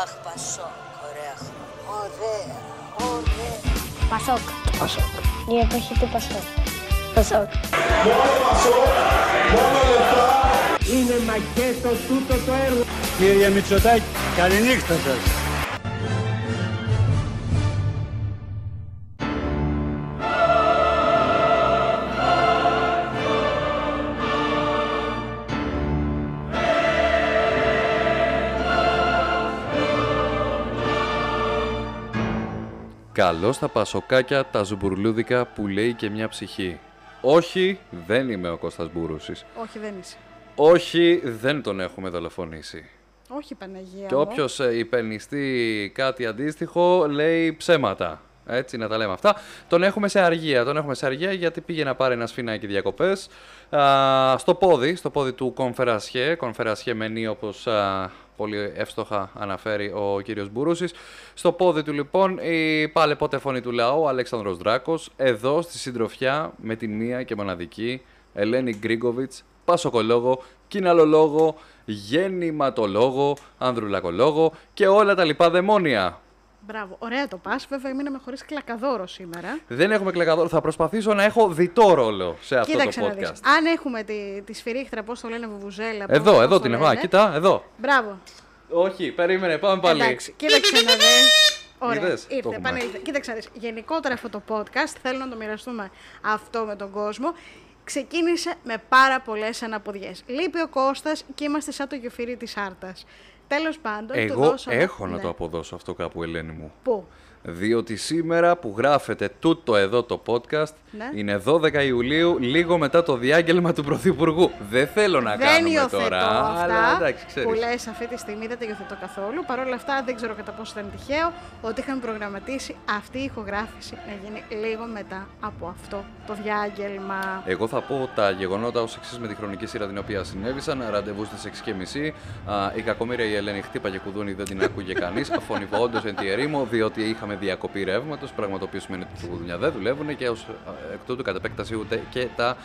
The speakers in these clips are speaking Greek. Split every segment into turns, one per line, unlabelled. Αχ, Πασόκ, ωραία χρόνια. Ωραία, ωραία.
Πασόκ.
Πασόκ.
Η εποχή του Πασόκ. Πασόκ.
Είναι μακέτο τούτο το έργο.
Κύριε Μητσοτάκη, καληνύχτα σας.
Καλώ τα πασοκάκια, τα ζουμπουρλούδικα που λέει και μια ψυχή. Όχι, δεν είμαι ο Κώστας Μπουρούσης.
Όχι, δεν είσαι.
Όχι, δεν τον έχουμε δολοφονήσει.
Όχι, Παναγία.
Και
μου.
όποιος υπενιστεί κάτι αντίστοιχο λέει ψέματα. Έτσι να τα λέμε αυτά. Τον έχουμε σε αργία. Τον έχουμε σε αργία γιατί πήγε να πάρει ένα σφινάκι διακοπές. Στο πόδι, στο πόδι του Κονφερασιέ. Κονφερασιέ μενή, όπω πολύ εύστοχα αναφέρει ο κύριος Μπουρούσης. Στο πόδι του λοιπόν η πάλε πότε φωνή του λαού, Αλέξανδρος Δράκος, εδώ στη συντροφιά με την μία και μοναδική Ελένη Γκρίγκοβιτς, πασοκολόγο, κοιναλολόγο, γεννηματολόγο, ανδρουλακολόγο και όλα τα λοιπά δαιμόνια.
Μπράβο. Ωραία το πα. Βέβαια, μείναμε χωρίς κλακαδόρο σήμερα.
Δεν έχουμε κλακαδόρο. Θα προσπαθήσω να έχω διτό ρόλο σε αυτό
Κοίταξε
το
να δεις.
podcast.
Αν έχουμε τη, τη σφυρίχτρα, πώς το λένε, βουβουζέλα. πώς-
Εδώ,
πώς
εδώ
το
την έχω. Α,
λένε.
κοίτα, εδώ.
Μπράβο.
Όχι, περίμενε, πάμε πάλι.
Εντάξει, κοίταξε να δεις. Ωραία,
Είδες, το
ήρθε,
έχουμε.
επανήλθε. Κοίταξε να δεις. Γενικότερα αυτό το podcast, θέλω να το μοιραστούμε αυτό με τον κόσμο, ξεκίνησε με πάρα πολλές αναποδιές. Λείπει ο Κώστας και είμαστε σαν το γεφύρι της Άρτας. Τέλος πάντων, του
Εγώ
δώσαμε...
έχω να
Ναι.
το αποδώσω αυτό κάπου, Ελένη μου.
Πού?
Διότι σήμερα που γράφεται τούτο εδώ το podcast
Ναι.
είναι 12 Ιουλίου, λίγο μετά το διάγγελμα του Πρωθυπουργού. Δεν θέλω να
δεν
κάνουμε
υιοθετώ
τώρα,
αυτά
αλλά εντάξει, ξέρεις.
που λες αυτή τη στιγμή, δεν τα υιοθετώ καθόλου. Παρ' όλα αυτά δεν ξέρω κατά πόσο ήταν τυχαίο ότι είχαμε προγραμματίσει αυτή η ηχογράφηση να γίνει λίγο μετά από αυτό το διάγγελμα.
Εγώ θα πω τα γεγονότα ως εξής με τη χρονική σειρά την οποία συνέβησαν. Ραντεβού στις 6.30. Α, Η κακομοίρα η Ελένη χτύπαγε κουδούνι, δεν την άκουγε κανείς. Φωνηβώ όντω εν τη ερήμο, διότι είχαμε διακοπή ρεύματος. Πράγμα το οποίο σημαίνει ότι τα κουδούνια δεν δουλεύουν και ως εκ τούτου κατ' επέκταση ούτε και τα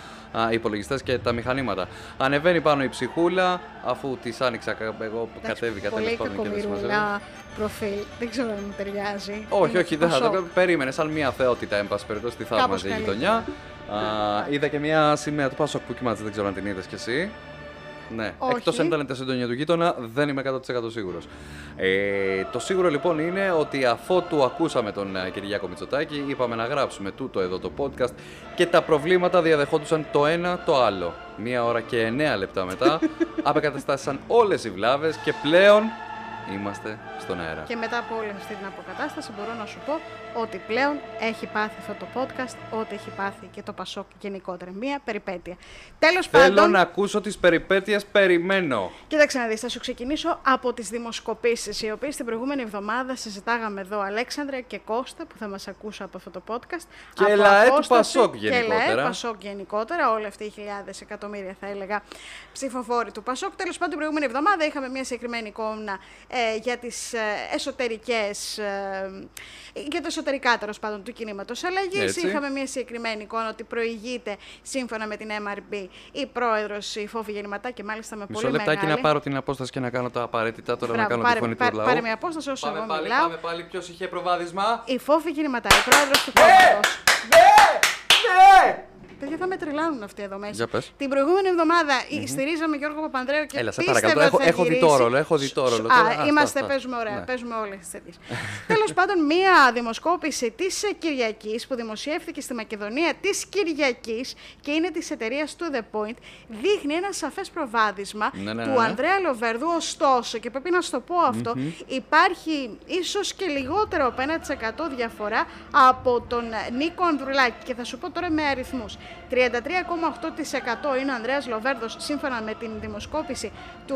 υπολογιστές και τα μηχανήματα. Ανεβαίνει πάνω η ψυχούλα, αφού της άνοιξα, κα- εγώ κατέβηκα τέλο
Πολύ
πάντων και δεν συμμαζεύω.
κακομοιρινά προφίλ. Δεν ξέρω αν μου ταιριάζει.
Όχι,
Είναι
όχι, δεν θα
πασό.
το Περίμενε, σαν μια θεότητα, εν πάση περιπτώσει, τη
Κάπως
θαύμαζε η
καλύτερα.
γειτονιά. Α, είδα και μια σημαία του Πάσοκ που κοιμάται, δεν ξέρω αν την είδες κι εσύ. Ναι,
Όχι.
εκτός αν ήταν τα συντονία του γείτονα, δεν είμαι 100% σίγουρος. Ε, το σίγουρο λοιπόν είναι ότι αφότου ακούσαμε τον ε, Κυριάκο Μητσοτάκη, είπαμε να γράψουμε τούτο εδώ το podcast και τα προβλήματα διαδεχόντουσαν το ένα το άλλο. Μία ώρα και εννέα λεπτά μετά απεκαταστάσαν όλες οι βλάβες και πλέον είμαστε στον αέρα.
Και μετά από όλη αυτή την αποκατάσταση μπορώ να σου πω ότι πλέον έχει πάθει αυτό το podcast, ό,τι έχει πάθει και το Πασόκ γενικότερα. Μία περιπέτεια. Τέλος
Θέλω
πάντων,
να ακούσω τις περιπέτειες, περιμένω.
Κοίταξε να δεις, θα σου ξεκινήσω από τις δημοσκοπήσεις, οι οποίες την προηγούμενη εβδομάδα συζητάγαμε εδώ Αλέξανδρα και Κώστα που θα μας ακούσουν από αυτό το podcast.
Και
από
ΛΑΕ του
απόσταση
Πασόκ
Και ΛΑΕ
γενικότερα.
Πασόκ γενικότερα, όλοι αυτοί οι χιλιάδες εκατομμύρια θα έλεγα ψηφοφόροι του Πασόκ. Τέλος πάντων την προηγούμενη εβδομάδα είχαμε μια συγκεκριμένη εικόνα ε, για τις ε, εσωτερικές, ε, για τα εσωτερικά τέλος πάντων του κινήματος αλλαγής.
Έτσι.
Είχαμε μια συγκεκριμένη εικόνα ότι προηγείται σύμφωνα με την MRB η πρόεδρος η Φόβη Γεννηματά και μάλιστα με
Μισό
πολύ
λεπτάκι
μεγάλη.
να πάρω την απόσταση και να κάνω τα απαραίτητα τώρα να
Μπράβο,
κάνω τη
πάρε-
φωνή του
πάρε-
λαού.
πάρε μια απόσταση όσο εγώ
πάλι,
μιλάω.
πάμε πάλι. Ποιος είχε προβάδισμα.
Η Φόφη Γεννηματά, η πρόεδρος του κόμματος.
ναι,
Ναι!
Παιδιά, θα με τρελάνουν αυτοί εδώ μέσα.
Για πες.
Την προηγούμενη εβδομάδα, ε, στηρίζαμε Γιώργο Παπανδρέου και
Έλα, σε
πίστευα
παρακαλώ. Έχω-
θα
έχω δει το
γυρίσει.
ρόλο, έχω δει το
Σ-
ρόλο.
Α,
Τώρα, αυτά,
είμαστε,
αυτά.
παίζουμε ωραία,
Ναι.
παίζουμε όλες τις τέτοιε. Τέλος πάντων, μία δημοσκόπηση της Κυριακής που δημοσιεύθηκε στη Μακεδονία της Κυριακής και είναι της εταιρείας To The Point, δείχνει ένα σαφές προβάδισμα
Ναι, ναι,
του
ναι.
Ανδρέα Λοβερδού. Ωστόσο, και πρέπει να σου το πω αυτο υπάρχει ίσως και λιγότερο από 1% διαφορά από τον Νίκο Ανδρουλάκη. Και θα σου πω τώρα με αριθμούς. 33,8% είναι ο Ανδρέας Λοβέρδος σύμφωνα με την δημοσκόπηση του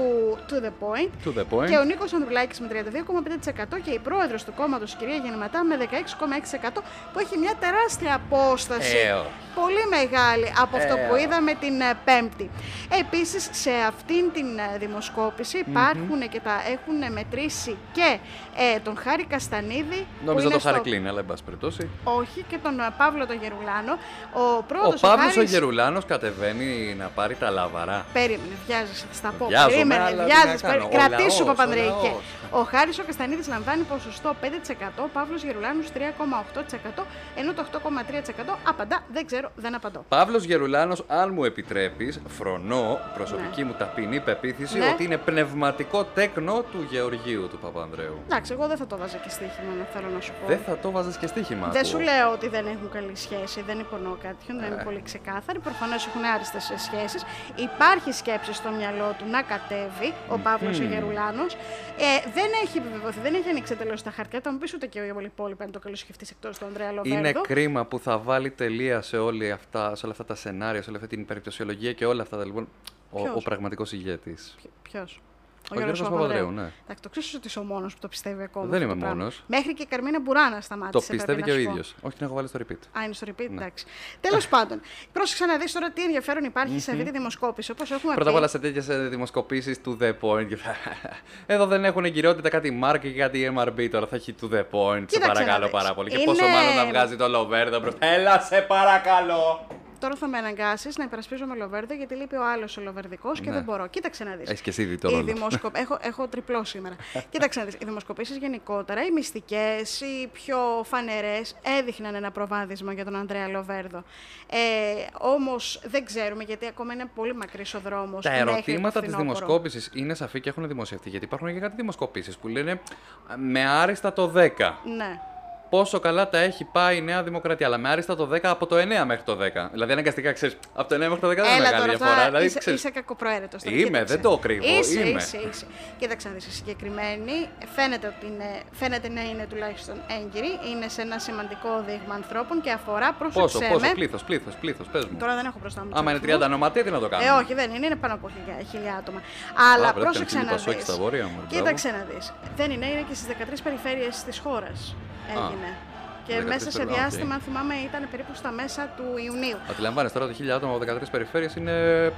To The Point.
To the point.
Και ο Νίκος Ανδρουλάκης με 32,5% και η πρόεδρος του κόμματος, κυρία Γεννηματά, με 16,6% που έχει μια τεράστια απόσταση.
Ε, ω.
Πολύ μεγάλη από αυτό
Ε,
που
ω.
είδαμε την ε, Πέμπτη. Επίσης, σε αυτήν την ε, δημοσκόπηση υπάρχουν και τα έχουν μετρήσει και ε, τον Χάρη Καστανίδη. που
Νόμιζα
είναι
το
στο-
χάρη κλείνει, αλλά εν πάση περιπτώσει.
Όχι, και τον ε, Παύλο τον Γερουλάνο. Ο
Ο
πρώτος ο
Παύλος ο
Χάρης-
Γερουλάνος κατεβαίνει να πάρει τα λαβαρά.
Περίμενε, βιάζεσαι, θα στα πω.
Βιάζομαι,
Περίμενε,
αλλά τι να
βιάζεσαι.
κάνω,
Περί...
ο λαός,
Κρατήσου,
ο
Παπανδρεϊκέ.
λαός.
Ο Χάρης ο Καστανίδης λαμβάνει ποσοστό 5%, ο Παύλος Γερουλάνος 3,8%, ενώ το 8,3% απαντά, δεν ξέρω, δεν απαντώ.
Παύλος Γερουλάνος, αν μου επιτρέπεις, φρονώ προσωπική μου ταπεινή πεποίθηση
Ναι.
ότι είναι πνευματικό τέκνο του Γεωργίου του Παπανδρέου.
Εντάξει, εγώ δεν θα το βάζα και στοίχημα, να θέλω να σου πω.
Δεν θα το βάζεις και στοίχημα.
Δεν
ακούω.
σου λέω ότι δεν έχουν καλή σχέση, δεν υπονοώ κάποιον, δεν
Ε.
είναι πολύ ξεκάθαρη. Προφανώς έχουν άριστες σχέσεις. Υπάρχει σκέψη στο μυαλό του να κατέβει ο Παύλος ο Γερουλάνος. Ε, δεν έχει επιβεβαιωθεί, δεν έχει ανοίξει εντελώ τα χαρτιά. Θα μου πεις ούτε και όλοι οι υπόλοιποι αν το καλώ σκεφτεί εκτός του Ανδρέα Λοβέρδο.
Είναι κρίμα που θα βάλει τελεία σε, όλη αυτά, σε όλα αυτά τα σενάρια, σε όλη αυτή την περιπτωσιολογία και όλα αυτά τα λοιπόν. Ο,
Ποιος?
ο πραγματικός ηγέτης.
Ποιο.
Ο Γιώργος Παπανδρέου, ναι.
Εντάξει, το ξέρεις ότι είσαι ο μόνος που το πιστεύει ακόμα.
Δεν
αυτό το
είμαι
πράγμα.
μόνος.
Μέχρι και η Καρμίνα Μπουράνα
Το
σταμάτησε. πρέπει
πιστεύει
να
και ο Ναι.
σου πω.
ίδιος. Όχι, την έχω βάλει στο repeat.
Α, είναι στο repeat, εντάξει. Τέλος πάντων, πρόσεξε να δεις τώρα τι ενδιαφέρον υπάρχει σε αυτή τη δημοσκόπηση. Όπως έχουμε
Πρώτα απ'
πει.
όλα σε τέτοιες δημοσκοπήσει του The Point. και- Εδώ δεν έχουν εγκυρότητα κάτι Mark και κάτι MRB. Τώρα θα έχει του The Point. σε
Κοίταξε να
παρακαλώ
δεις.
πάρα πολύ. Και
Είναι-
πόσο μάλλον να βγάζει το Λοβέρδο μπροστά. Έλα, σε παρακαλώ.
Τώρα θα με αναγκάσεις να υπερασπίζομαι Λοβέρδο γιατί λείπει ο άλλος ο Λοβερδικό και
Ναι.
δεν μπορώ. Κοίταξε να δεις.
Έχεις και εσύ δει το ρόλο.
Έχω, έχω τριπλό σήμερα. Κοίταξε να δεις. Οι δημοσκοπήσεις γενικότερα, οι μυστικές, οι πιο φανερές, έδειχναν ένα προβάδισμα για τον Ανδρέα Λοβέρδο. Ε, Όμως δεν ξέρουμε γιατί ακόμα είναι πολύ μακρύς ο δρόμος.
Τα ερωτήματα της δημοσκόπησης είναι σαφή και έχουν δημοσιευτεί. Γιατί υπάρχουν και κάτι δημοσκοπήσεις που λένε «Α, με άριστα το 10.
Ναι.
πόσο καλά τα έχει πάει η Νέα Δημοκρατία. Αλλά με άριστα το 10 από το 9 μέχρι το 10. Δηλαδή, αναγκαστικά ξέρεις, από το 9 μέχρι το 10 δεν είναι
Έλα
μεγάλη
τώρα,
διαφορά.
αυτά,
δηλαδή,
είσαι,
ξέρεις,
είσαι κακοπροαίρετος τώρα,
Είμαι,
κοίταξε.
δεν το κρύβω,
Είσαι,
είμαι.
είσαι, είσαι. Κοίταξε να δεις, η συγκεκριμένη φαίνεται, ότι είναι, φαίνεται να είναι τουλάχιστον έγκυρη, είναι σε ένα σημαντικό δείγμα ανθρώπων και αφορά, πρόσεξέ
πόσο, πόσο,
με,
πλήθος, πλήθος, πλήθος, πες μου.
τώρα δεν έχω μπροστά μου τους
Άμα είναι 30
αριθμούς.
ονοματεία, τι να το κάνω.
Ε, όχι, δεν είναι, είναι πάνω από χιλιά, χιλιά άτομα. Αλλά
βρέθηκαν
πρόσεξε
φίλοι
να
Πασόκη
δεις.
στα βόρεια, μου,
Κοίταξε να δεις. Δεν είναι, είναι και στις 13 περιφέρειες της χώρας έγινε. Και
13
μέσα σε
περιφέρειες, οκ.
διάστημα, αν θυμάμαι, ήταν περίπου στα μέσα του Ιουνίου.
Αντιλαμβάνεσαι τώρα ότι 1000 άτομα από 13 περιφέρειες είναι. ε,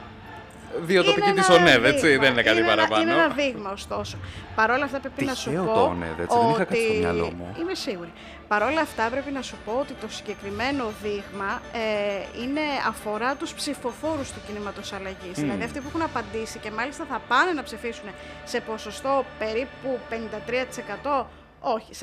Δύο τοπικοί
Είναι
τη
ένα
ΟΝΕΔ, έτσι.
δείγμα.
Δεν είναι κάτι
ένα-
παραπάνω.
είναι ένα δείγμα, ωστόσο. Παρ' όλα αυτά πρέπει να σου
Τυχαίο
πω.
το ΩΝΕΔ, έτσι, δεν είχα κάτι στο μυαλό μου.
Είμαι σίγουρη. Παρ' όλα αυτά πρέπει να σου πω ότι το συγκεκριμένο δείγμα ε, είναι, αφορά τους ψηφοφόρους του κινήματο αλλαγή. Δηλαδή αυτοί που έχουν απαντήσει και μάλιστα θα πάνε να ψηφίσουν σε ποσοστό περίπου 53%. Όχι,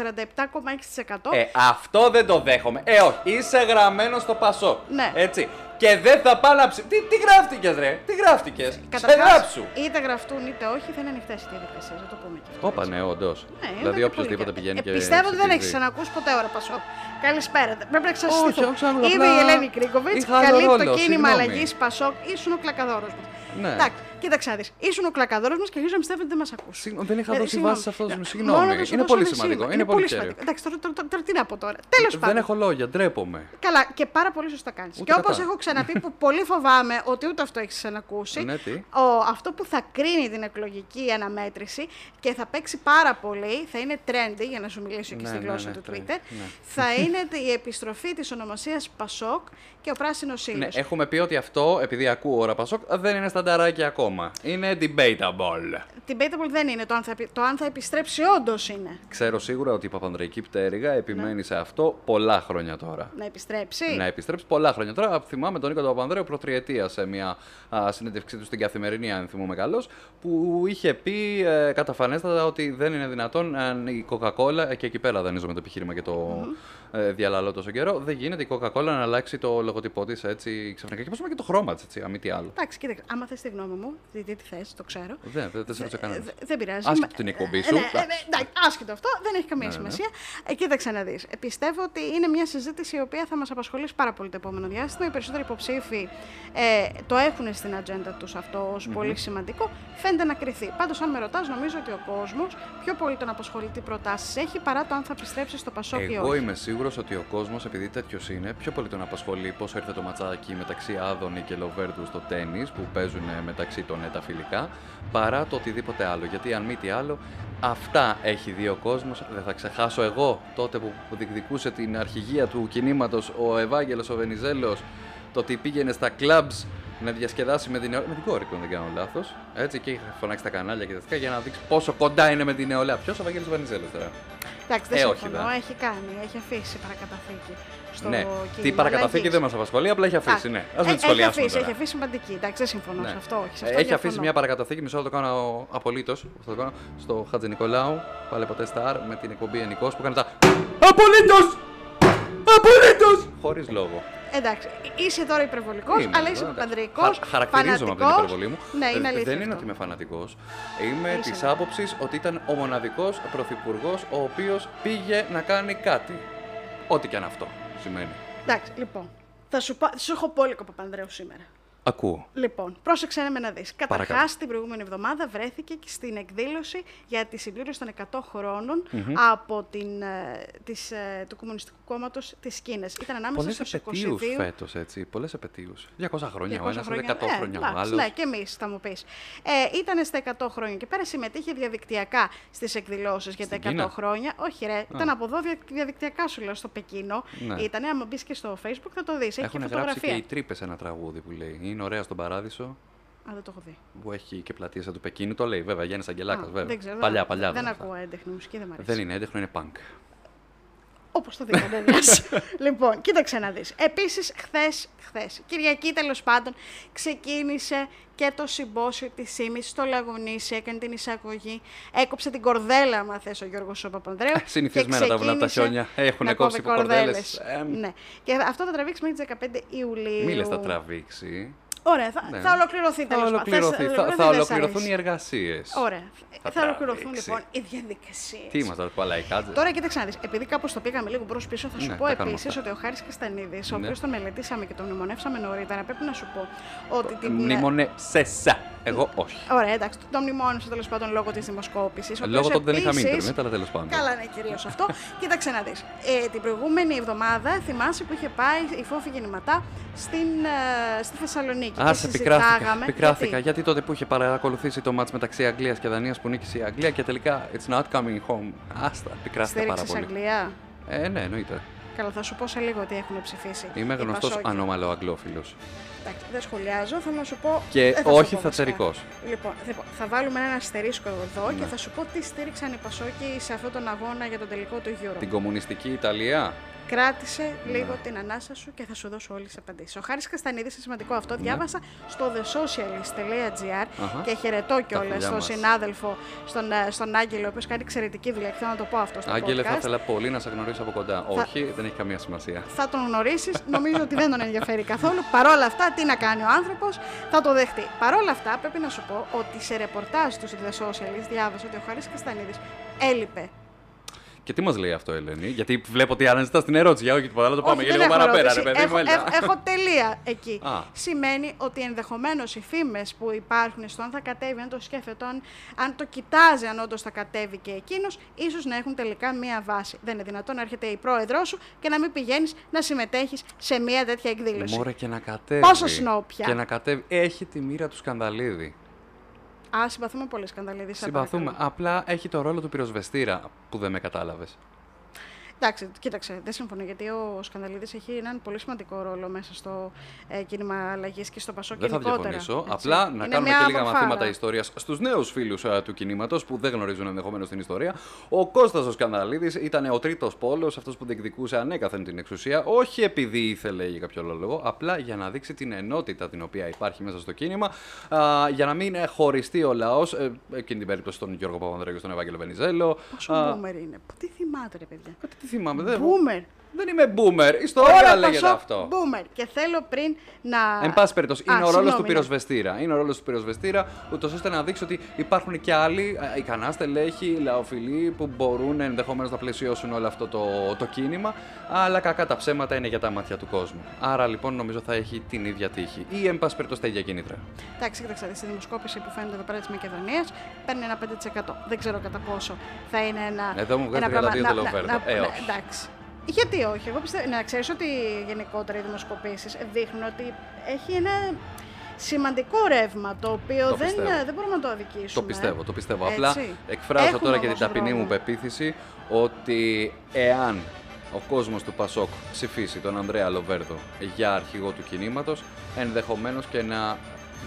47,6%.
Ε, αυτό δεν το δέχομαι. Ε, όχι. Είσαι γραμμένος στο Πασό.
Ναι.
Έτσι. Και δεν θα πάω να ψη... Τι, τι γράφτηκες, ρε. Τι γράφτηκες. Σε
Ε, Καταρχάς,
γράψου.
είτε γραφτούν είτε όχι, θα είναι ανοιχτές οι διαδικασίες. Να το πούμε και αυτό.
Όπα,
έτσι.
ναι, όντω.
Ε, Ναι, ήταν
δηλαδή,
και
οποιοδήποτε
πολύ κα-
πηγαίνει
ε,
και.
Πιστεύω ότι δεν έχει
ψηφίζει.
ξανακούσει ποτέ ώρα Πασόκ. Καλησπέρα. Πρέπει να
Όχι,
ξανασυστηθώ.
όχι, ξανακούω,
Είμαι
απλά
η Ελένη Κρίκοβιτ.
είχα άλλο
Καλύπτω
ρόλο,
το κίνημα
συγγνώμη.
αλλαγής Πασόκ. Ήσουν ο κλακαδόρος μα.
Ναι.
Εντάξει, κοίταξε να δεις. Ήσουν ο κλακαδόρος μας και αρχίζω να πιστεύω ότι δεν μας ακούσει.
Συγγνώμη, δεν είχα
Ε,
δώσει
συγγνώμη.
βάση σε αυτός το
Ναι.
συγγνώμη.
Μόνο να σου
Είναι
δώσω
πολύ
ένα
σημαντικό,
σύνδεμα.
είναι πολύ κέριο.
Εντάξει, τώρα- τώρα- τώρα τι να πω τώρα. Τέλος
Δεν
πάντων.
έχω λόγια, ντρέπομαι. Ναι,
Καλά, και πάρα πολύ σωστά κάνεις.
Ούτε
Και όπως
κατά.
έχω ξαναπεί, που πολύ φοβάμαι ότι ούτε αυτό έχεις ξανακούσει.
Ναι, τι?
Ο, αυτό που θα κρίνει την εκλογική αναμέτρηση και θα παίξει πάρα πολύ, θα είναι trendy, για να σου μιλήσω και
Ναι,
στη
ναι,
γλώσσα
ναι,
του
trendy,
Twitter,
ναι.
θα είναι η επιστροφή της ονομασίας Πασόκ και ο πράσινος ήλιο.
Ναι, έχουμε πει ότι αυτό, επειδή ακούω ώρα Πασόκ, δεν είναι στανταράκι ακόμα. Είναι debatable.
Debatable δεν είναι το αν θα, επι- το αν θα επιστρέψει, όντως είναι.
Ξέρω σίγουρα ότι η Παπανδρεϊκή Πτέρυγα επιμένει σε αυτό πολλά χρόνια τώρα.
Να επιστρέψει.
Να επιστρέψει πολλά χρόνια τώρα. Α, Θυμάμαι τον Νίκο Παπανδρέο προτριετία σε μια α, συνέντευξή του στην Καθημερινή, αν θυμούμε καλώς, που είχε πει ε, καταφανέστατα ότι δεν είναι δυνατόν αν η Coca-Cola, ε, και εκεί πέρα δανείζομαι το επιχείρημα και το ε, διαλαλώ τόσο καιρό, δεν γίνεται η Coca-Cola να αλλάξει το λογοτυπό της έτσι ξαφνικά. Και πώς και το χρώμα της, έτσι, αμή τι άλλο.
Εντάξει, κοίταξε, άμα θες τη γνώμη μου, γιατί τι θες, το ξέρω.
Δεν, δεν, δεν σε ρώτησα κανένα.
Ε, Δεν πειράζει.
Άσχετο
Μα-
την εκπομπή
ε,
σου. Ναι,
ναι, ε, ναι, εντάξει, άσχετο αυτό, δεν έχει καμία σημασία. Ε, κοίταξε να δεις. Πιστεύω ότι είναι μια συζήτηση η οποία θα μας απασχολήσει πάρα πολύ το επόμενο διάστημα. Οι περισσότεροι υποψήφοι ε, το έχουν στην ατζέντα τους αυτό ως πολύ σημαντικό. Φαίνεται να κρυθεί. Πάντως, αν με ρωτάς, νομίζω ότι ο κόσμος πιο πολύ τον απασχολεί τι προτάσεις έχει παρά το αν θα επιστρέψει στο Πασόκ ή
Εγώ
όχι.
είμαι σίγουρος ότι ο κόσμος, επειδή τέτοιος είναι, πιο πολύ τον απασχολεί πόσο ήρθε το ματσάκι μεταξύ Άδωνη και Λοβέρδου στο τέννη που παίζουν μεταξύ των ε, τα φιλικά, παρά το οτιδήποτε άλλο. Γιατί αν μη τι άλλο, αυτά έχει δει ο κόσμος. Δεν θα ξεχάσω εγώ τότε που διεκδικούσε την αρχηγία του κινήματος ο Ευάγγελος ο Βενιζέλος, το ότι πήγαινε στα κλαμπs να διασκεδάσει με την νεολαία. Με την κόρη του, αν δεν κάνω λάθος. Έτσι και είχε φωνάξει τα κανάλια και τα τέτοια για να δείξει πόσο κοντά είναι με την νεολαία. Ποιος ο Ευάγγελο Βενιζέλος τώρα.
Εντάξει, δεν
Ε, όχι,
συμφωνώ.
δε.
έχει κάνει, έχει αφήσει παρακαταθήκη. Στο
ναι, τι
κίνημα,
παρακαταθήκη
αλλά
δεν μας απασχολεί, απλά έχει αφήσει.
Α, ε,
Ναι, ας μην τη
Έχει
σχολιάσουμε.
αφήσει,
τώρα.
έχει αφήσει σημαντική. Εντάξει, δεν συμφωνώ σε αυτό. Όχι, σε
Ε, Έχει
αυτό
αφήσει
διαφωνώ.
μια παρακαταθήκη, μισό λεπτό το κάνω απολύτως. Το κάνω στο Χατζη Νικολάου, πάλι ποτέ Star, με την εκπομπή Ενικός που κάνει τα. Απολύτως! Απολύτως! Χωρίς λόγο.
Εντάξει, είσαι τώρα υπερβολικός,
Είμαι,
αλλά
εδώ,
είσαι
εντάξει.
παντρικό.
Χα- Χαρακτηρίζομαι από την υπερβολή μου.
Ναι,
Ε,
είναι αλήθεια.
Δεν είναι
αυτό.
ότι είμαι φανατικός. Είμαι
Είσαι. ναι.
τη άποψης ότι ήταν ο μοναδικός πρωθυπουργός ο οποίος πήγε να κάνει κάτι. Ό,τι και αν αυτό σημαίνει.
Εντάξει, λοιπόν. Θα σου, πω, σου έχω πόλικο Παπανδρέου σήμερα.
Ακούω.
Λοιπόν, πρόσεξε να με να δεις. Καταρχάς,
Παρακαλώ.
την προηγούμενη εβδομάδα βρέθηκε και στην εκδήλωση για τη συμπλήρωση των 100 χρονων από την, ε, της, ε, του Κομμουνιστικού Κόμματος της Κίνας. Ήταν ανάμεσα
Πολλές
στους 22.
επαιτίους φέτος, έτσι. Πολλές επαιτίους. 200 χρόνια
200
ο ένα, 100
χρόνια, ναι,
χρόνια ο
εντάξει,
άλλος.
Ναι, και εμείς θα μου πεις. Ε, ήταν στα 100 χρόνια και πέρα συμμετείχε διαδικτυακά στις εκδηλώσεις για τα 100
Στην Κίνα?
χρόνια. Όχι, ρε, ήταν από εδώ δια- διαδικτυακά σου λέω στο Πεκίνο.
Ναι.
Ήτανε, άμα μπεις και στο Facebook θα το δεις. Έχει
Έχουν
και
γράψει και
φωτογραφία.
οι τρύπες ένα τραγούδι που λέει. Είναι ωραία στον παράδεισο
Α, δεν το έχω δει.
που έχει και πλατεία σαν του Πεκίνου. Το λέει βέβαια Γιάννης Αγγελάκα.
Α,
Βέβαια.
δεν ξέρω,
παλιά,
δεν,
παλιά.
Δεν
είναι αυτά.
ακούω έντεχνη μουσική, δεν μ' αρέσει.
Δεν είναι έντεχνο, είναι punk.
Όπως το δει κανένα. λοιπόν, κοίταξε να δεις. Επίσης, χθες, χθες, Κυριακή τέλος πάντων, ξεκίνησε και το συμπόσιο της Σίμης στο Λαγουνίσι. Έκανε την εισαγωγή. Έκοψε την κορδέλα, αν θες, ο Γιώργος Παπανδρέου.
Ε, συνηθισμένα
και
τα βουλά τα
ξεκίνησε
χιόνια. Έχουν
να
κόψει
κόβει
κορδέλες.
κορδέλες.
Εμ.
Ναι. Και αυτό θα τραβήξει μέχρι τις 15 Ιουλίου.
Μη λες τα τραβήξει.
Ωραία, θα,
Ναι.
θα ολοκληρωθεί τέλο
Θα
πάντων. ε,
ολοκληρωθεί. Θα-
δεν
Θα
σ'
ολοκληρωθούν
αρέσει.
οι εργασίες.
Ωραία.
Θα
Θα, ολοκληρωθούν
τραβήξει.
λοιπόν οι διαδικασίες.
Τι είμαστε, τα παλαϊκάτζε.
Τώρα κοίταξε να δεις, επειδή κάπως το πήγαμε λίγο μπρος πίσω, θα σου
Ναι,
πω
τα κάνουμε
επίσης
αυτά.
ότι ο Χάρης Καστανίδης, ο
Ναι.
οποίος τον μελετήσαμε και τον μνημονεύσαμε νωρίτερα, πρέπει να σου πω ότι την...
Μνημονεύσεσα. Εγώ όχι.
Ωραία, εντάξει, τον μνημόνευσε τέλος πάντων λόγω της δημοσκόπησης.
Ε, Λόγω του ότι δεν είχαμε ίντερνετ, αλλά τέλος πάντων.
Καλά, ναι, κυρίως αυτό. Κοίταξε να δεις. Ε, την προηγούμενη εβδομάδα θυμάσαι που είχε πάει η φόφη γεννηματά στην, ε, στη Θεσσαλονίκη.
Α,
και
σε πικράθηκα.
συζητάγαμε-
Πικράθηκα γιατί?
Γιατί?
τότε που είχε παρακολουθήσει το μάτς μεταξύ Αγγλίας και Δανίας που νίκησε η Αγγλία και τελικά it's not coming home. Άστα, πικράθηκα πάρα
Στήριξες
πολύ.
Αγγλία.
Ε, ναι, εννοείται.
Καλά, θα σου πω σε λίγο τι έχουν ψηφίσει.
Είμαι
οι
γνωστός
Πασόκοι.
ανώμαλο Αγγλόφιλος.
Εντάξει, δεν σχολιάζω, θέλω να σου πω.
Και
δεν σου
όχι
πω
θατσερικός.
βασικά. Λοιπόν, λοιπόν, θα βάλουμε ένα αστερίσκο εδώ
Ναι.
και θα σου πω τι στήριξαν οι Πασόκοι σε αυτόν τον αγώνα για τον τελικό του Euro.
Την Ναι. κομμουνιστική Ιταλία.
Κράτησε λίγο την ανάσα σου και θα σου δώσω όλες τις απαντήσεις. Ο Χάρης Καστανίδης, είναι σημαντικό αυτό, διάβασα στο thesocialist.gr
Ναι. Αχα.
και χαιρετώ κιόλας
φιλιά
στον
μας.
συνάδελφο, στον, ε, στον Άγγελο, ο οποίος κάνει εξαιρετική δουλειά. και Θέλω να το πω αυτό στο
Άγγελε, θα
podcast.
ήθελα πολύ να σε γνωρίσω από κοντά. Όχι, δεν έχει καμία σημασία.
θα τον γνωρίσεις. Νομίζω ότι δεν τον ενδιαφέρει καθόλου. Παρ' όλα αυτά, τι να κάνει ο άνθρωπος, θα το δεχτεί. Παρ' όλα αυτά, πρέπει να σου πω ότι σε ρεπορτάζ του The Socialist διάβασα ότι ο Χαρή Καστανίδης έλειπε.
Και τι μας λέει αυτό, Ελένη, Γιατί βλέπω ότι αναζητά την ερώτηση. Για όχι τίποτα άλλο, το πάμε
Όχι,
για
δεν
λίγο
έχω
παραπέρα, ρε
ερώτηση.
παιδί μου.
έχω,
έλα.
έχ- έχω τελεία εκεί.
Α.
Σημαίνει ότι ενδεχομένως οι φήμες που υπάρχουν στο αν θα κατέβει, αν το σκέφτεται, αν, αν το κοιτάζει, αν όντως θα κατέβει και εκείνος, ίσως να έχουν τελικά μία βάση. Δεν είναι δυνατόν να έρχεται η πρόεδρός σου και να μην πηγαίνεις να συμμετέχεις σε μία τέτοια εκδήλωση.
Μωρέ και να κατέβει.
Πόσο snow πια.
Και να κατέβει. Έχει τη μοίρα του σκανδαλίδη.
Α, συμπαθούμε πολύ σκανδαλίδη. σε
Συμπαθούμε.
παρακαλώ.
Απλά έχει το ρόλο του πυροσβεστήρα που δεν με κατάλαβες.
Εντάξει, κοίταξε, δεν συμφωνώ γιατί ο Σκανδαλίδης έχει έναν πολύ σημαντικό ρόλο μέσα στο ε, κίνημα αλλαγής και στο Πασό
Δεν θα
γενικότερα.
διαφωνήσω.
έτσι.
Απλά να
Είναι
κάνουμε
μια
και λίγα
βαρφάρα.
μαθήματα ιστορίας στους νέους φίλους ε, του κινήματος που δεν γνωρίζουν ενδεχομένως την ιστορία. Ο Κώστας ο Σκανδαλίδης ήταν ο τρίτος πόλος, αυτός που διεκδικούσε ανέκαθεν την εξουσία, όχι επειδή ήθελε για κάποιο άλλο λόγο, απλά για να δείξει την ενότητα την οποία υπάρχει μέσα στο κίνημα, α, για να μην ε, χωριστεί ο λαός, εκείνη την περίπτωση τον Γιώργο Παπανδρέου και τον Ευάγγελο Βενιζέλο.
Πόσο
α,
boomer είναι. Πού τι θυμάται, ρε παιδιά.
Κάτι τι θυμάμαι, δεν,
Boomer.
δεν είμαι boomer.
Τώρα
Ιστορία λέγεται
Πασόκ,
αυτό.
Boomer. Και θέλω πριν να.
Εν πάση περιπτώσει, είναι ο
Α,
ρόλο
συγγνώμη,
του
ναι.
πυροσβεστήρα. Είναι ο ρόλος του πυροσβεστήρα, ούτως ώστε να δείξει ότι υπάρχουν και άλλοι ε, ικανά στελέχοι, λαοφιλοί που μπορούν ενδεχομένως να πλαισιώσουν όλο αυτό το, το κίνημα. Αλλά κακά τα ψέματα είναι για τα μάτια του κόσμου. Άρα λοιπόν νομίζω θα έχει την ίδια τύχη. Ή εν πάση περιπτώσει τα ίδια κίνητρα.
Εντάξει, κοίταξε, στη δημοσκόπηση που φαίνεται εδώ πέρα της Μακεδονίας παίρνει ένα 5%. Δεν ξέρω κατά πόσο θα είναι ένα.
Εδώ μου βγάζει
ένα πράγμα-
32
να-
το
να-
Λοβέρδο.
να-
Ε,
να-
όχι.
Εντάξει. Γιατί όχι, εγώ πιστεύω. Να ξέρεις ότι γενικότερα οι δημοσκοπήσεις δείχνουν ότι έχει ένα σημαντικό ρεύμα το οποίο
Το
δεν,
πιστεύω.
δεν μπορούμε να το αδικήσουμε.
Το πιστεύω, το πιστεύω.
Ναι. Έτσι.
Απλά εκφράζω
Έχουμε
τώρα και την
όμως
ταπεινή
δρόμο.
μου πεποίθηση ότι εάν ο κόσμος του Πασόκ ψηφίσει τον Ανδρέα Λοβέρδο για αρχηγό του κινήματος, ενδεχομένως και να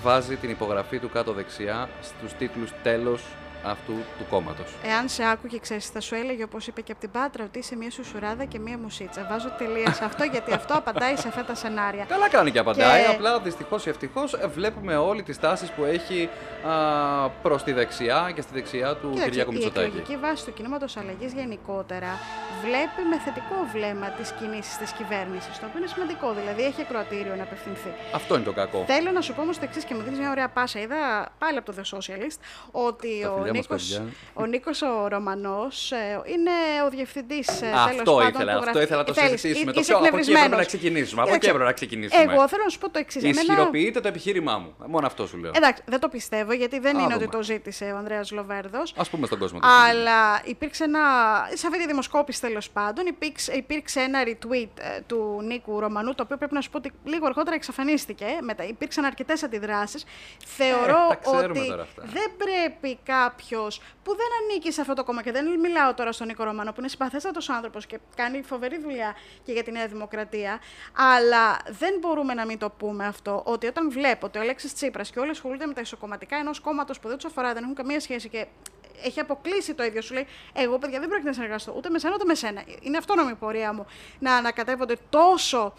βάζει την υπογραφή του κάτω δεξιά στους τίτλους τέλος αυτού του κόμματος.
Εάν σε άκουγε, ξέρεις, θα σου έλεγε όπως είπε και από την Πάτρα ότι είσαι μια σουσουράδα και μια μουσίτσα. Βάζω τελεία σε αυτό γιατί αυτό απαντάει σε αυτά τα σενάρια.
Καλά κάνει και απαντάει.
Και-
Απλά δυστυχώς ή ευτυχώς βλέπουμε όλη τη στάση που έχει προς τη δεξιά και στη δεξιά του
Κοίταξε,
Κυριάκου
η
Μητσοτάκη.
εκλογική βάση του κινήματος αλλαγής γενικότερα βλέπει με θετικό βλέμμα τις κινήσεις της κυβέρνησης, το οποίο είναι σημαντικό. Δηλαδή έχει ακροατήριο να απευθυνθεί.
Αυτό είναι το κακό.
Θέλω να σου πω όμως το εξής και μου δίνεις μια ωραία πάσα. Είδα πάλι από το The Socialist ότι
Τα
ο
φιλιά μας,
Νίκος
παιδιά.
ο, Νίκος ο Ρωμανός είναι ο ε, διευθυντή.
Αυτό ήθελα, αυτό ήθελα να το συζητήσουμε. Το πιο από εκεί έπρεπε να ξεκινήσουμε. Από εκεί έπρεπε να ξεκινήσουμε.
Εγώ θέλω να σου πω το εξής.
Ισχυροποιείτε το επιχείρημά μου. Μόνο αυτό σου λέω.
Εντάξει, δεν το πιστεύω γιατί δεν
Α,
είναι ότι
δούμε.
το ζήτησε ο Ανδρέας Λοβέρδος.
Ας πούμε στον κόσμο. το επιχείρημα.
Αλλά υπήρξε ένα. Σε αυτή τη δημοσκόπηση τέλος πάντων, υπήρξε, υπήρξε ένα retweet ε, του Νίκου Ρωμανού, το οποίο πρέπει να σου πω ότι λίγο αργότερα εξαφανίστηκε. Μετά υπήρξαν αρκετές αντιδράσεις. Θεωρώ
Ε, τα ξέρουμε
ότι
τώρα αυτά.
δεν πρέπει κάποιος που δεν ανήκει σε αυτό το κόμμα και δεν μιλάω τώρα στον Νίκο Ρωμανό, που είναι συμπαθέστατος άνθρωπος και κάνει φοβερή δουλειά και για τη Νέα Δημοκρατία. Αλλά δεν μπορούμε να μην το πούμε αυτό, ότι όταν βλέπω ότι ο Αλέξης Τσίπρας και όλοι ασχολούνται με τα ισοκομματικά ενός κόμματος που δεν τους αφορά, δεν έχουν καμία σχέση και έχει αποκλείσει το ίδιο. Σου λέει: Εγώ, παιδιά, δεν πρόκειται να συνεργαστώ ούτε με σένα ούτε με σένα. Είναι αυτόνομη η πορεία μου να ανακατεύονται τόσο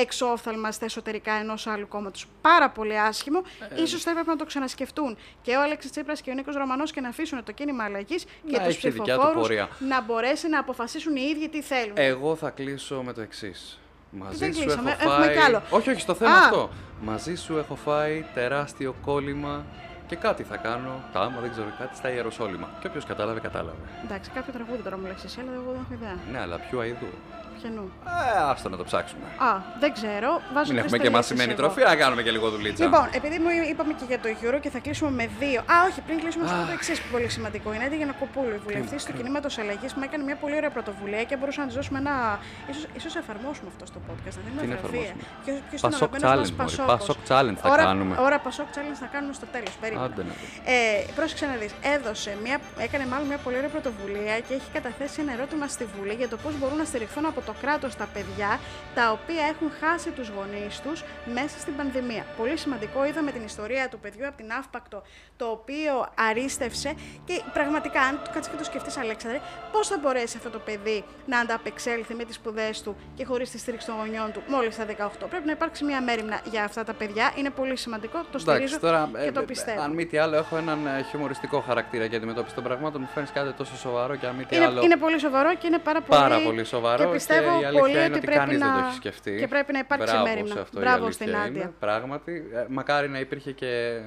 εξόφθαλμα στα εσωτερικά ενός άλλου κόμματος. Πάρα πολύ άσχημο.
Ε,
Ίσως θα έπρεπε να το ξανασκεφτούν και ο Αλέξης Τσίπρας και ο Νίκος Ρωμανός και να αφήσουν το κίνημα αλλαγής και
Να
τους
έχει τη δικιά του
ψηφοφόρους
πορεία. Ε.
να μπορέσει να αποφασίσουν οι ίδιοι τι θέλουν.
Εγώ θα κλείσω με το εξής. Μαζί
Δεν
σου έχω
κλείσαμε, έχουμε
φάει.
κι άλλο.
Όχι, όχι, στο θέμα
Α.
αυτό. Μαζί σου έχω φάει τεράστιο κόλλημα και κάτι θα κάνω. Τα άμα δεν ξέρω κάτι στα Ιεροσόλυμα. Και όποιος κατάλαβε, κατάλαβε.
Εντάξει, κάποιο τραγούδι τώρα μου λέξεις εσύ, αλλά εγώ δεν έχω ιδέα.
Ναι, αλλά ποιο αειδού.
Ποιανού.
Ε, άστο να το ψάξουμε.
Α, δεν ξέρω. Βάζω
Μην
τρεις
έχουμε και
τελίτες
μασημένη
εγώ.
τροφή, να κάνουμε και λίγο δουλίτσα.
Λοιπόν, επειδή μου είπαμε και για το Euro και θα κλείσουμε με δύο. Α, όχι, πριν κλείσουμε, να σου πω το εξής που πολύ σημαντικό. Η Νάντια Γιανακοπούλου, η βουλευτής του κινήματος αλλαγής, μου έκανε μια πολύ ωραία πρωτοβουλία και μπορούσαμε να της δώσουμε ένα. ίσως, ίσως εφαρμόσουμε αυτό στο podcast, να δίνουμε
Τι να
βραβεία.
εφαρμόσουμε?
Ποιος είναι ο
Πασόκ
αγαπημένος
challenge,
μας
μωρή,
Πασόκος.
Πασόκ challenge θα
Ώρα-
κάνουμε.
Ώρα Πασόκ challenge θα κάνουμε στο τέλος. Περίμενα.
Άντε να δω.
Ε, πρόσεξε να δεις, έδωσε μια, έκανε μάλλον μια πολύ ωραία πρωτοβουλία και έχει καταθέσει ένα ερώτημα στη Βουλή για το πώς μπορούν να στηριχθούν από το κράτος τα παιδιά τα οποία έχουν χάσει τους γονείς τους μέσα στην πανδημία. Πολύ σημαντικό, είδαμε την ιστορία του παιδιού από την Αύπακτο, το οποίο αρίστευσε και πραγματικά, αν το κάτσεις και το σκεφτείς Αλέξανδρε, πώς θα μπορέσει αυτό το παιδί να ανταπεξέλθει με τις σπουδές του και χωρίς τη στήριξη των γονιών του μόλις στα 18. Πρέπει να υπάρξει μια μέρημνα για αυτά τα παιδιά, είναι πολύ σημαντικό, το στηρίζω
ε,
και το
ε,
πιστεύω.
αν μη τι άλλο, έχω έναν ε, χιουμοριστικό χαρακτήρα για αντιμετώπιση των πραγμάτων. Μου φέρνει κάτι τόσο σοβαρό και αν μη τι
Είναι,
άλλο.
είναι πολύ σοβαρό και είναι πάρα πολύ,
Πάρα πολύ σοβαρό
Και πιστεύω
η αλήθεια
πολύ
είναι
ότι
ότι
πρέπει
κανείς
να...
δεν το έχει σκεφτεί.
Και πρέπει να υπάρξει
Μπράβο
μέρημνα.
σε αυτό η
Μπράβο
αλήθεια
στην
είναι,
Άντια.
Πράγματι, ε, μακάρι να υπήρχε και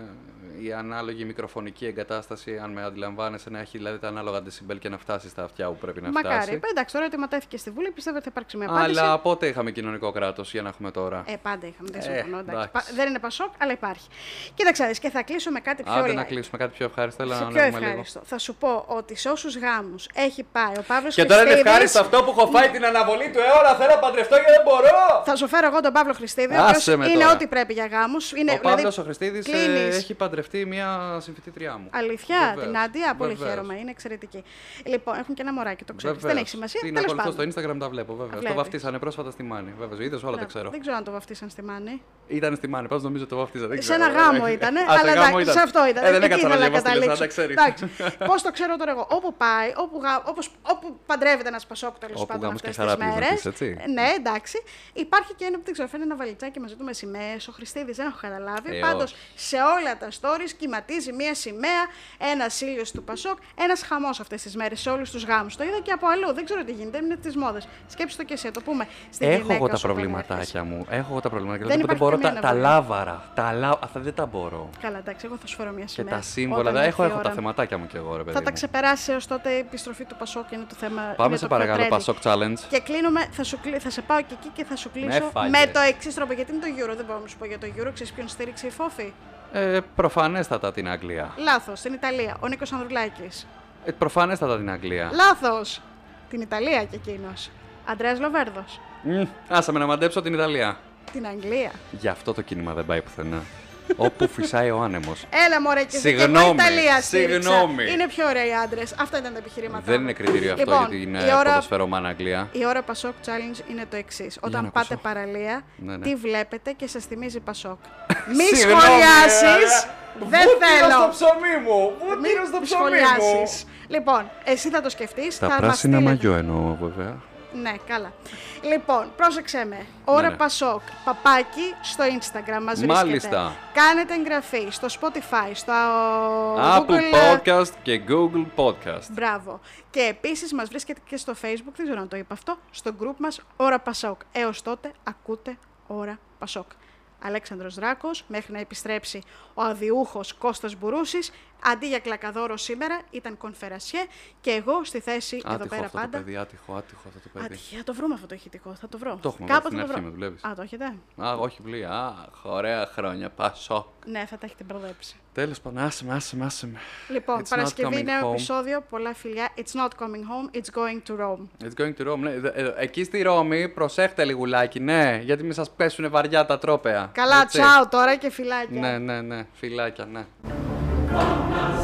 η ανάλογη μικροφωνική εγκατάσταση, αν με αντιλαμβάνεσαι, να έχει δηλαδή τα ανάλογα decibel και να φτάσει στα αυτιά που πρέπει να
Μακάρι.
φτάσει.
Εντάξει, τώρα ότι ματέθηκε στη Βουλή, πιστεύω ότι θα υπάρξει μια απάντηση.
Αλλά πότε είχαμε κοινωνικό κράτος για να έχουμε τώρα.
Ε, πάντα είχαμε. Δεν
Ε,
συμφωνώ. εντάξει.
εντάξει.
Πα- Δεν είναι πασόκ, αλλά υπάρχει. Κοίταξε, να δεις, και θα κλείσω με κάτι πιο
Άντε να
light.
κλείσουμε κάτι πιο ευχάριστο, αλλά
Σε
να
πιο
ανέβουμε λίγο.
ευχάριστο. Θα σου πω ότι σε όσους γάμους έχει πάει ο Παύλος
Και τώρα είναι ευχάριστο αυτό που έχω φάει την αναβολή του αιώνα. Θέλω να παντρευτώ και δεν μπορώ.
Θα σου φέρω εγώ τον Παύλο Χριστίδη. ο
Άσε
οποίος
με
Είναι
τώρα.
ό,τι πρέπει για γάμους.
ο
δηλαδή
Παύλο ο Χριστίδης έχει παντρευτεί μια συμφιτήτριά μου.
Αλήθεια,
Βεβαίως,
την Άντια, πολύ
βεβαίως.
χαίρομαι, είναι εξαιρετική. Λοιπόν, έχουν και ένα μωράκι, το ξέρεις. Δεν
Βεβαίως.
έχει σημασία.
Την
Τέλος
ακολουθώ
πάντων.
στο Instagram, τα βλέπω βέβαια. Το
βλέπεις.
βαφτίσανε πρόσφατα στη Μάνη. Βέβαια, είδες όλα τα
Μπράβο.
ξέρω.
Δεν ξέρω αν το βαφτίσαν στη Μάνη.
Ήταν στη Μάνη, πάντω νομίζω το βαφτίσανε. δεν
Σε
ξέρω.
ένα γάμο ήταν,
Α, σε
αλλά
γάμο
εντάξει, σε αυτό ήταν.
Ε, δεν
Εκεί
έκατσα να
ήθελα
διαβάσω τη λίστα,
καταλήξω.
τα ξέρεις.
Εντάξει. Πώς το ξέρω τώρα εγώ. Όπου πάει, όπου, γα- όπως, όπου παντρεύεται ένας Πασόκ τέλος
Όπου
πάντων
γάμος
αυτές
και χαρά
τι
πήγαινε
μέρες.
πεις, έτσι.
Ναι, εντάξει. Υπάρχει και ένα που δεν ξέρω, φέρνει ένα βαλιτσάκι μαζί του με σημαίες. Ο Χριστίδης δεν έχω καταλάβει.
Ε,
Πάντως
όχι.
σε όλα τα stories κυματίζει μία σημαία, ένας ήλιος του Πασόκ, ένας χαμός αυτές τις μέρες σε όλους τους γάμους. Το είδα και από αλλού. Δεν ξέρω τι γίνεται, είναι τη μόδα. Σκέψτε το και εσύ, το πούμε. Στην
Έχω
γυναίκα
εγώ τα
σου όταν έρχεσαι.
προβληματάκια μου. Έχω εγώ τα προβληματάκια.
Δεν
Δεν,
υπάρχει
μπορώ τα,
καμία
τα
αναβολή.
λάβαρα. Τα λά... Αυτά δεν τα μπορώ.
Καλά, εντάξει, εγώ θα σου φέρω μια
Και
σημαία.
τα σύμβολα.
Ναι. όταν
δεν έχω,
έρθει η
έχω
ώρα
τα
μου.
θεματάκια μου κι εγώ, ρε παιδί.
Θα τα
μου.
ξεπεράσει έως τότε η επιστροφή του Πασόκ είναι το θέμα. είναι
Πάμε
το
σε
πιο
παρακαλώ,
trendy.
Πασόκ Challenge.
Και κλείνουμε, θα, σου, κλεί- θα σε πάω και εκεί και θα σου κλείσω με,
φάγες.
το εξής τρόπο. Γιατί είναι το Euro, δεν μπορώ να σου πω για το Euro. Ξέρεις ποιον στήριξε η Φόφη.
Ε, προφανέστατα την Αγγλία.
Λάθος, στην Ιταλία. Ο Νίκος Ανδρουλάκης.
Ε, προφανέστατα την Αγγλία.
Λάθος, την Ιταλία κι εκείνος. Αντρέα Λοβέρδος.
Μμμ, Άσε με να μαντέψω την Ιταλία.
Την Αγγλία.
Γι' αυτό το κίνημα δεν πάει πουθενά. όπου φυσάει ο άνεμος.
Έλα μωρέ και
Συγγνώμη,
εγώ Ιταλία στήριξα.
συγγνώμη.
Είναι πιο ωραίοι οι άντρες. Αυτά ήταν τα επιχειρήματα. Λοιπόν,
Δεν είναι κριτήριο αυτό για την ε, ποδοσφαιρομάνα Αγγλία.
Η ώρα Πασόκ Challenge είναι το εξής.
να
Όταν πάτε
ακούσω.
παραλία,
Ναι, ναι.
τι βλέπετε και σας θυμίζει Πασόκ. Μη
Συγγνώμη,
σχολιάσεις.
αλλά-
Δεν
Βούτυρο στο
θέλω.
ψωμί μου! Βούτυρο στο
Μην
ψωμί μου!
σχολιάσεις. Λοιπόν, εσύ θα το σκεφτείς.
Τα πράσινα μαγιό εννοώ βέβαια.
Ναι, καλά. Λοιπόν, πρόσεξε με. Ώρα
ναι.
Πασόκ. Παπάκι στο Instagram μας βρίσκεται.
Μάλιστα.
Κάνετε εγγραφή στο Spotify, στο
Apple
Google... ε,
Podcast και Google Podcast.
Μπράβο. Και επίσης μας βρίσκεται και στο Facebook, δεν ξέρω αν το είπα αυτό, στο group μας Ώρα Πασόκ. Έως τότε ακούτε Ώρα Πασόκ. Αλέξανδρος Δράκος, μέχρι να επιστρέψει ο αδιούχος Κώστας Μπουρούσης, αντί για κλακαδόρο σήμερα ήταν κονφερασιέ και εγώ στη θέση εδώ
Άτυχο
πέρα
αυτό το
πάντα.
παιδί, άτυχο, άτυχο αυτό το παιδί.
Ατυχία, θα το βρούμε αυτό το ηχητικό. Θα το βρω.
Το έχουμε
Κάποτε
βάλει στην
θα
αρχή,
το βρω.
με δουλεύεις.
Α, το έχετε.
Α, όχι πλοία. Αχ, ωραία χρόνια. Πασό.
Ναι, θα τα έχετε μπερδέψει.
Τέλος πάντων, άσε με, άσε με, άσε με.
Λοιπόν,
It's not
Παρασκευή,
coming
νέο
home.
επεισόδιο. Πολλά φιλιά. It's not coming home, it's going to Rome.
It's going to Rome. Ναι, ε, ε, εκεί στη Ρώμη, προσέχτε λιγουλάκι, ναι. Γιατί μην σα πέσουν βαριά τα τρόπαια.
Καλά,
Ε, έτσι.
τσάω τώρα και φιλάκια.
Ναι, ναι, ναι. Φιλάκια, ναι.
Ω